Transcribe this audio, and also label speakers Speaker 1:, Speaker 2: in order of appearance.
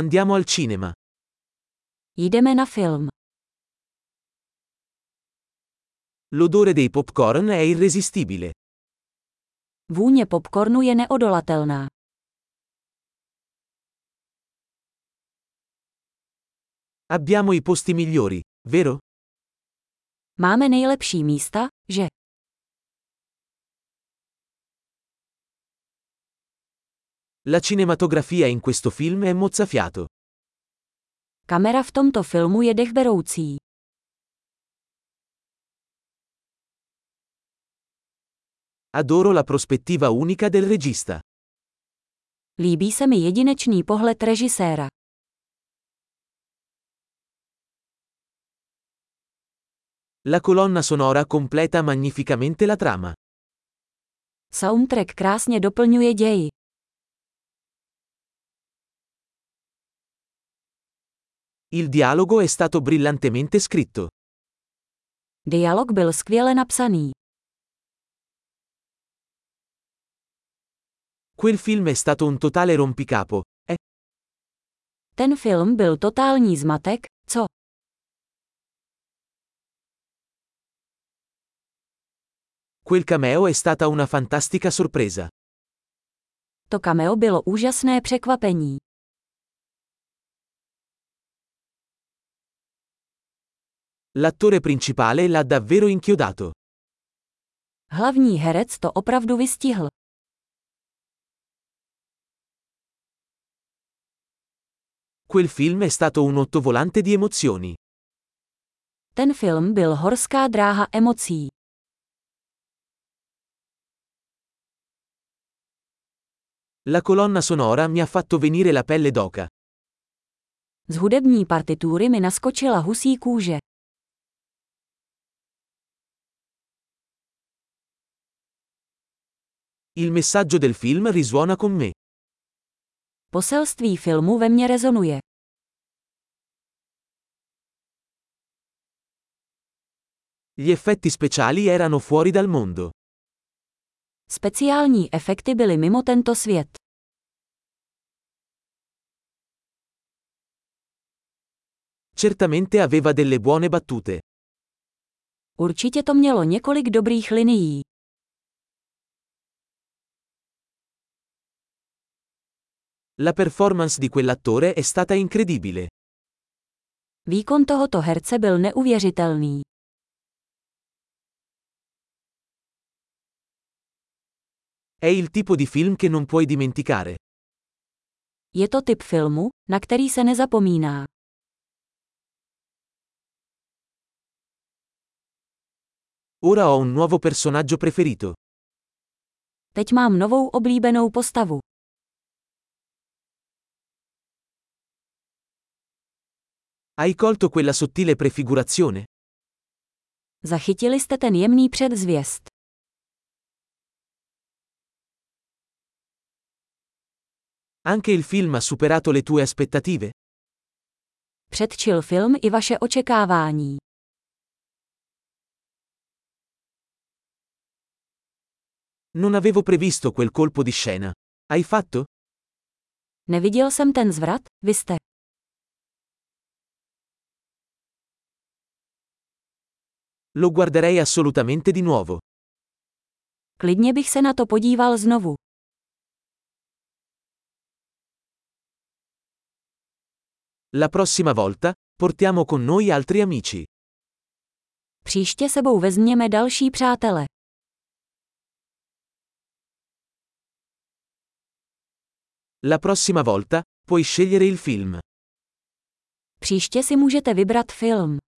Speaker 1: Andiamo al cinema.
Speaker 2: Jdeme na film.
Speaker 1: L'odore dei popcorn è irresistibile.
Speaker 2: Vůně popcornu je neodolatelná.
Speaker 1: Abbiamo i posti migliori, vero?
Speaker 2: Máme nejlepší místa, že?
Speaker 1: La cinematografia in questo film è mozzafiato.
Speaker 2: Kamera v tomto filmu je dechberoucí.
Speaker 1: Adoro la prospettiva unica del regista.
Speaker 2: Líbí se mi jedinečný pohled režiséra.
Speaker 1: La colonna sonora completa magnificamente la trama.
Speaker 2: Soundtrack krásně doplňuje ději.
Speaker 1: Il dialogo è stato brillantemente scritto.
Speaker 2: Dialog byl skvěle napsaný.
Speaker 1: Quel film è stato un totale rompicapo, eh?
Speaker 2: Ten film byl totální zmatek, co?
Speaker 1: Quel cameo è stata una fantastica sorpresa.
Speaker 2: To cameo bylo úžasné překvapení.
Speaker 1: L'attore principale l'ha davvero inchiodato.
Speaker 2: Hlavní herec to opravdu vystihl.
Speaker 1: Quel film è stato un ottovolante di emozioni.
Speaker 2: Ten film byl horská dráha emocí.
Speaker 1: La colonna sonora mi ha fatto venire la pelle d'oca.
Speaker 2: Z hudební partitury mi naskočila husí kůže.
Speaker 1: Il messaggio del film risuona con me.
Speaker 2: Poselství filmu ve mně rezonuje.
Speaker 1: Gli effetti speciali erano fuori dal mondo.
Speaker 2: Speciální efekty byly mimo tento svět.
Speaker 1: Certamente aveva delle buone battute.
Speaker 2: Určitě to mělo několik dobrých linií.
Speaker 1: La performance di quell'attore è stata incredibile.
Speaker 2: Výkon tohoto herce byl neuvěřitelný.
Speaker 1: È il tipo di film che non puoi dimenticare.
Speaker 2: Je to typ filmu, na který se nezapomíná.
Speaker 1: Ora ho un nuovo personaggio preferito.
Speaker 2: Teď mám novou oblíbenou postavu.
Speaker 1: Hai colto quella sottile prefigurazione?
Speaker 2: Zachytili jste ten jemný předzvěst.
Speaker 1: Anche il film ha superato le tue aspettative?
Speaker 2: Předčil film i vaše očekávání.
Speaker 1: Non avevo previsto quel colpo di scena. Hai fatto?
Speaker 2: Neviděl jsem ten zvrat, vy jste.
Speaker 1: Lo guarderei assolutamente di nuovo.
Speaker 2: Klidně bych se na to podíval znovu.
Speaker 1: La prossima volta, portiamo con noi altri amici.
Speaker 2: Příště sebou vezměme další přátele.
Speaker 1: La prossima volta, puoi scegliere il film.
Speaker 2: Příště si můžete vybrat film.